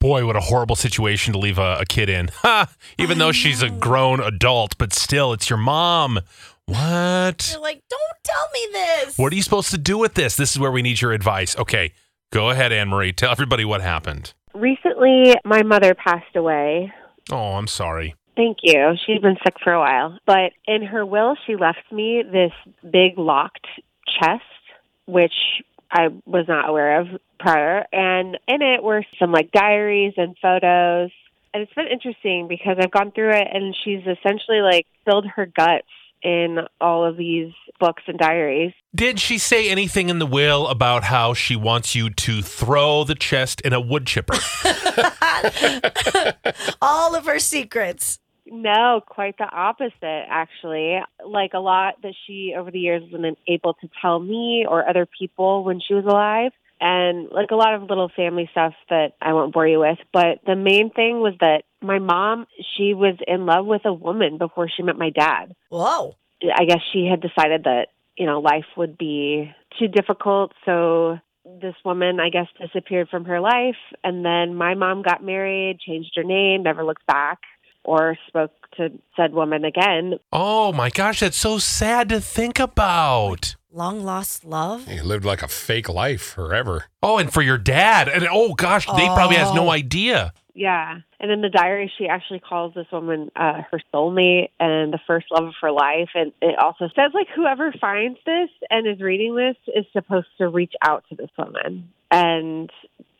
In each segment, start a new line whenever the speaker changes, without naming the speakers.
Boy, what a horrible situation to leave a, a kid in. Ha! Even though she's a grown adult, but still, it's your mom. What?
You're like, don't tell me this.
What are you supposed to do with this? This is where we need your advice. Okay, go ahead, Anne Marie. Tell everybody what happened.
Recently, my mother passed away.
Oh, I'm sorry.
Thank you. She's been sick for a while. But in her will, she left me this big locked chest, which I was not aware of prior. And in it were some like diaries and photos. And it's been interesting because I've gone through it and she's essentially like filled her guts in all of these books and diaries.
Did she say anything in the will about how she wants you to throw the chest in a wood chipper?
All of her secrets.
No, quite the opposite, actually. Like a lot that she over the years wasn't able to tell me or other people when she was alive. And like a lot of little family stuff that I won't bore you with. But the main thing was that my mom, she was in love with a woman before she met my dad.
Whoa.
I guess she had decided that, you know, life would be too difficult. So this woman, I guess, disappeared from her life. And then my mom got married, changed her name, never looked back or spoke to said woman again.
oh my gosh, that's so sad to think about.
Long lost love?
He lived like a fake life forever.
Oh, and for your dad. And oh gosh, they probably has no
Oh.
idea.
Yeah. And in the diary, she actually calls this woman uh, her soulmate and the first love of her life. And it also says, like, whoever finds this and is reading this is supposed to reach out to this woman and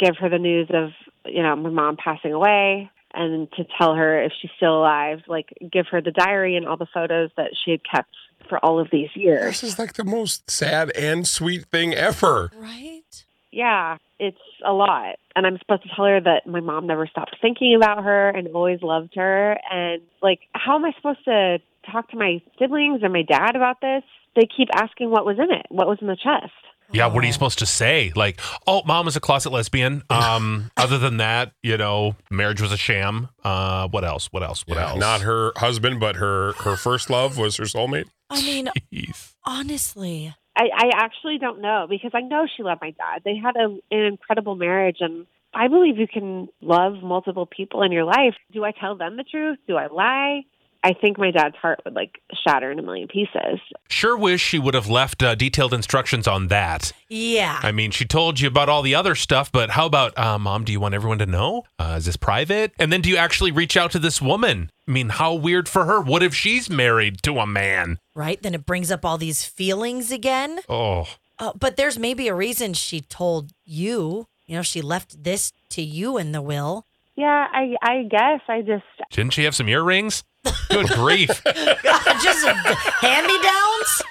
give her the news of, you know, my mom passing away and to tell her if she's still alive, like, give her the diary and all the photos that she had kept for all of these years.
This is like the most sad and sweet thing ever.
Right?
Yeah, it's a lot. And I'm supposed to tell her that my mom never stopped thinking about her and always loved her. And, like, how am I supposed to talk to my siblings or my dad about this? They keep asking what was in it, what was in the chest.
Yeah, what are
Oh.
you supposed to say? Like, oh, mom was a closet lesbian. Um, other than that, you know, marriage was a sham. Uh, what else? What else? What
Yeah,
else?
Not her husband, but her her first love was her soulmate.
I mean,
Jeez.
honestly.
I, I actually don't know because I know she loved my dad. They had a, an incredible marriage, and I believe you can love multiple people in your life. Do I tell them the truth? Do I lie? I think my dad's heart would like shatter in a million pieces.
Sure wish she would have left uh, detailed instructions on that.
Yeah.
I mean, she told you about all the other stuff, but how about, uh, mom, do you want everyone to know? Uh, is this private? And then do you actually reach out to this woman? I mean, how weird for her. What if she's married to a man?
right? Then it brings up all these feelings again.
Oh,
Uh, but there's maybe a reason she told you. You know, she left this to you in the will.
Yeah, I, I guess I just
didn't she have some earrings? Good grief.
Just hand me downs.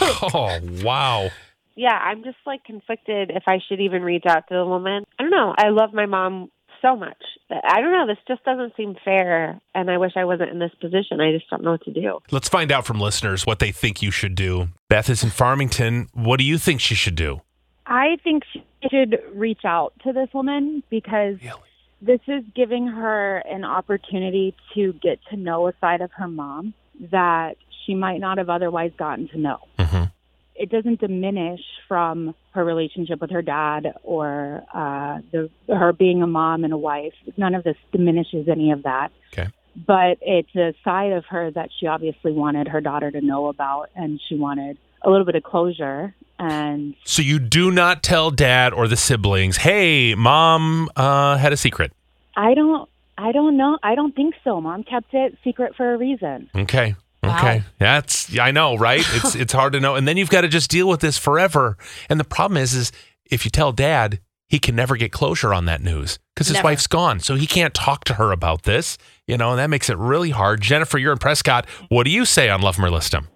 Oh, wow.
yeah, I'm just like conflicted if I should even reach out to the woman. I don't know. I love my mom so much. I don't know. This just doesn't seem fair. And I wish I wasn't in this position. I just don't know what to do.
Let's find out from listeners what they think you should do. Beth is in Farmington. What do you think she should do?
I think she should reach out to this woman because this is giving her an opportunity to get to know a side of her mom that she might not have otherwise gotten to know.
Mhm.
It doesn't diminish from her relationship with her dad or uh, the her being a mom and a wife. None of this diminishes any of that.
Okay.
But it's a side of her that she obviously wanted her daughter to know about, and she wanted a little bit of closure. And
So you do not tell dad or the siblings, hey, mom uh, had a secret.
I don't. I don't know. I don't think so. Mom kept it secret for a reason.
Okay.
Wow.
Okay. That's I know, right? It's it's hard to know. And then you've got to just deal with this forever. And the problem is is if you tell dad, he can never get closure on that news because his
Never.
wife's gone. So he can't talk to her about this. You know, and that makes it really hard. Jennifer, you're in Prescott. What do you say on Love Merlistum?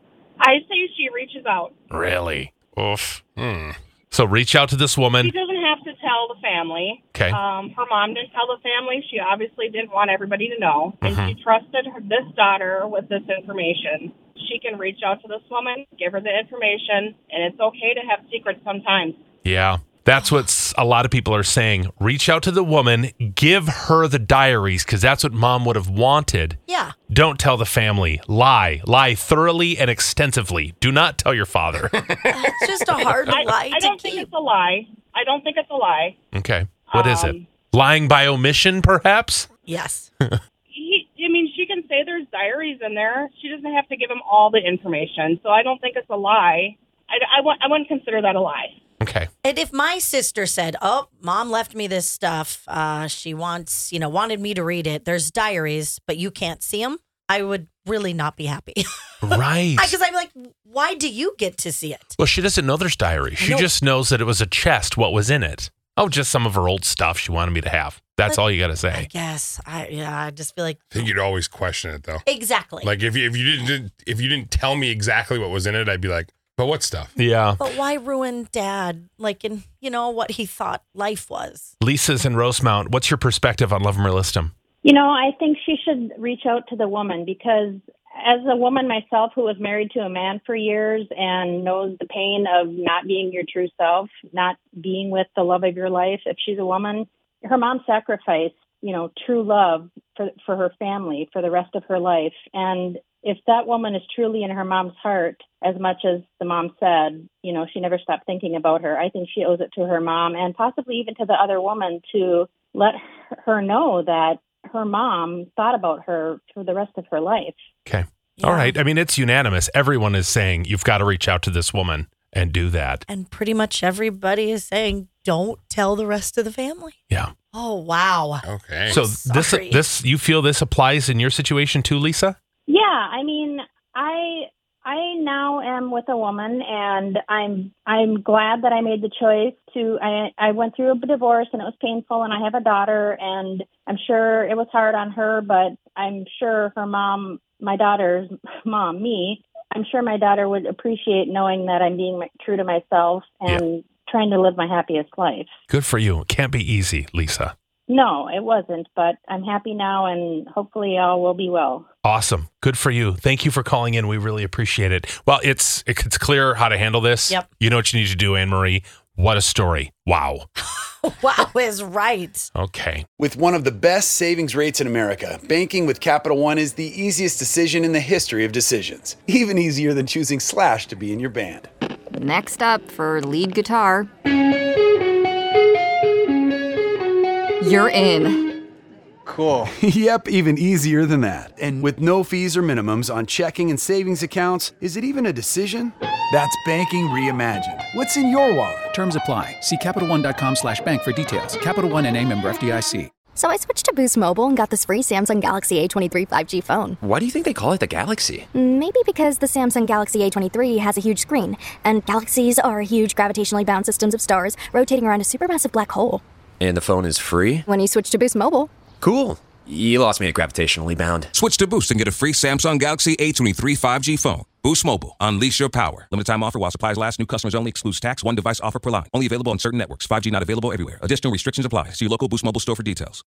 I say she reaches out.
Really? Oof.
Hmm.
So reach out to this
She
woman.
doesn't have to
tell the family.
Okay.
Um, her mom didn't tell the family. She obviously didn't want everybody to know. And she trusted her, this daughter with this information. She can reach out to this woman, give her the information, and it's okay to have secrets sometimes.
Yeah. That's what s- a lot of people are saying. Reach out to the woman, give her the diaries because that's what mom would have wanted.
Yeah.
Don't tell the family. Lie. Lie thoroughly and extensively. Do not tell your father.
It's just a hard
I,
lie
I
to
don't think
keep.
it's a lie. I don't think it's a lie.
okay. What is it?
Um,
Lying by omission, perhaps?
Yes.
He, I mean, she can say there's diaries in there. She doesn't have to give him all the information. So I don't think it's a lie. I, I, wou- I wouldn't consider that a lie.
Okay.
And if my sister said, "Oh, mom left me this stuff. Uh, she wants, you know, wanted me to read it. There's diaries, but you can't see them," I would really not be happy
Right.
because I'm like, "Why do you get to see it?"
well, she doesn't know there's diary. She
know.
just knows that it was a chest. What was in it? Oh, just some of her old stuff she wanted me to have. That's all you got to
I
say.
guess I yeah. I just feel like
I think you'd always question it though.
exactly.
Like if you, if you didn't if you didn't tell me exactly what was in it, I'd be like, but what stuff?
Yeah.
but why ruin dad? Like in you know what he thought life was.
Lisa's in Rosemount. What's your perspective on Love 'em or List 'em?
You know, I think she should reach out to the woman because as a woman myself who was married to a man for years and knows the pain of not being your true self, not being with the love of your life, if she's a woman, her mom sacrificed, you know, true love for for her family for the rest of her life and if that woman is truly in her mom's heart as much as the mom said, you know, she never stopped thinking about her. I think she owes it to her mom and possibly even to the other woman to let her know that her mom thought about her for the rest of her life.
Okay.
Yeah.
All right. I mean, it's unanimous. Everyone is saying you've got to reach out to this woman and do that.
And pretty much everybody is saying, "Don't tell the rest of the family."
Yeah.
Oh wow.
Okay.
so this
sorry.
this you feel this applies in your situation too, Lisa?
Yeah, I mean, I I now am with a woman, and I'm I'm glad that I made the choice to. I I went through a divorce, and it was painful, and I have a daughter, and I'm sure it was hard on her, but I'm sure her mom, my daughter's mom, me. I'm sure my daughter would appreciate knowing that I'm being true to myself and trying to live my happiest life.
Good for you. It can't be easy, Lisa.
No, it wasn't, but I'm happy now, and hopefully all will be well.
Awesome. Good for you. Thank you for calling in. We really appreciate it. Well, it's it's clear how to handle this.
Yep.
You know what you need to do, Anne Marie. What a story. Wow.
Wow is right.
Okay.
With one of the best savings rates in America, banking with Capital One is the easiest decision in the history of decisions. Even easier than choosing Slash to be in your band.
Next up for lead guitar. You're in.
Cool. yep, even easier than that. And with no fees or minimums on checking and savings accounts, is it even a decision? That's banking reimagined. What's in your wallet?
Terms apply. See CapitalOne.com slash bank for details. Capital One and a member FDIC.
So I switched to Boost Mobile and got this free Samsung Galaxy A23 5G phone.
Why do you think they call it the Galaxy?
Maybe because the Samsung Galaxy A23 has a huge screen, and galaxies are huge gravitationally bound systems of stars rotating around a supermassive black hole.
And the phone is free?
When you switch to Boost Mobile,
Cool. You lost me at gravitationally bound.
Switch to Boost and get a free Samsung Galaxy A23 5G phone. Boost Mobile. Unleash your power. Limited time offer while supplies last. New customers only. Excludes tax. One device offer per line. Only available on certain networks. 5G not available everywhere. Additional restrictions apply. See your local Boost Mobile store for details.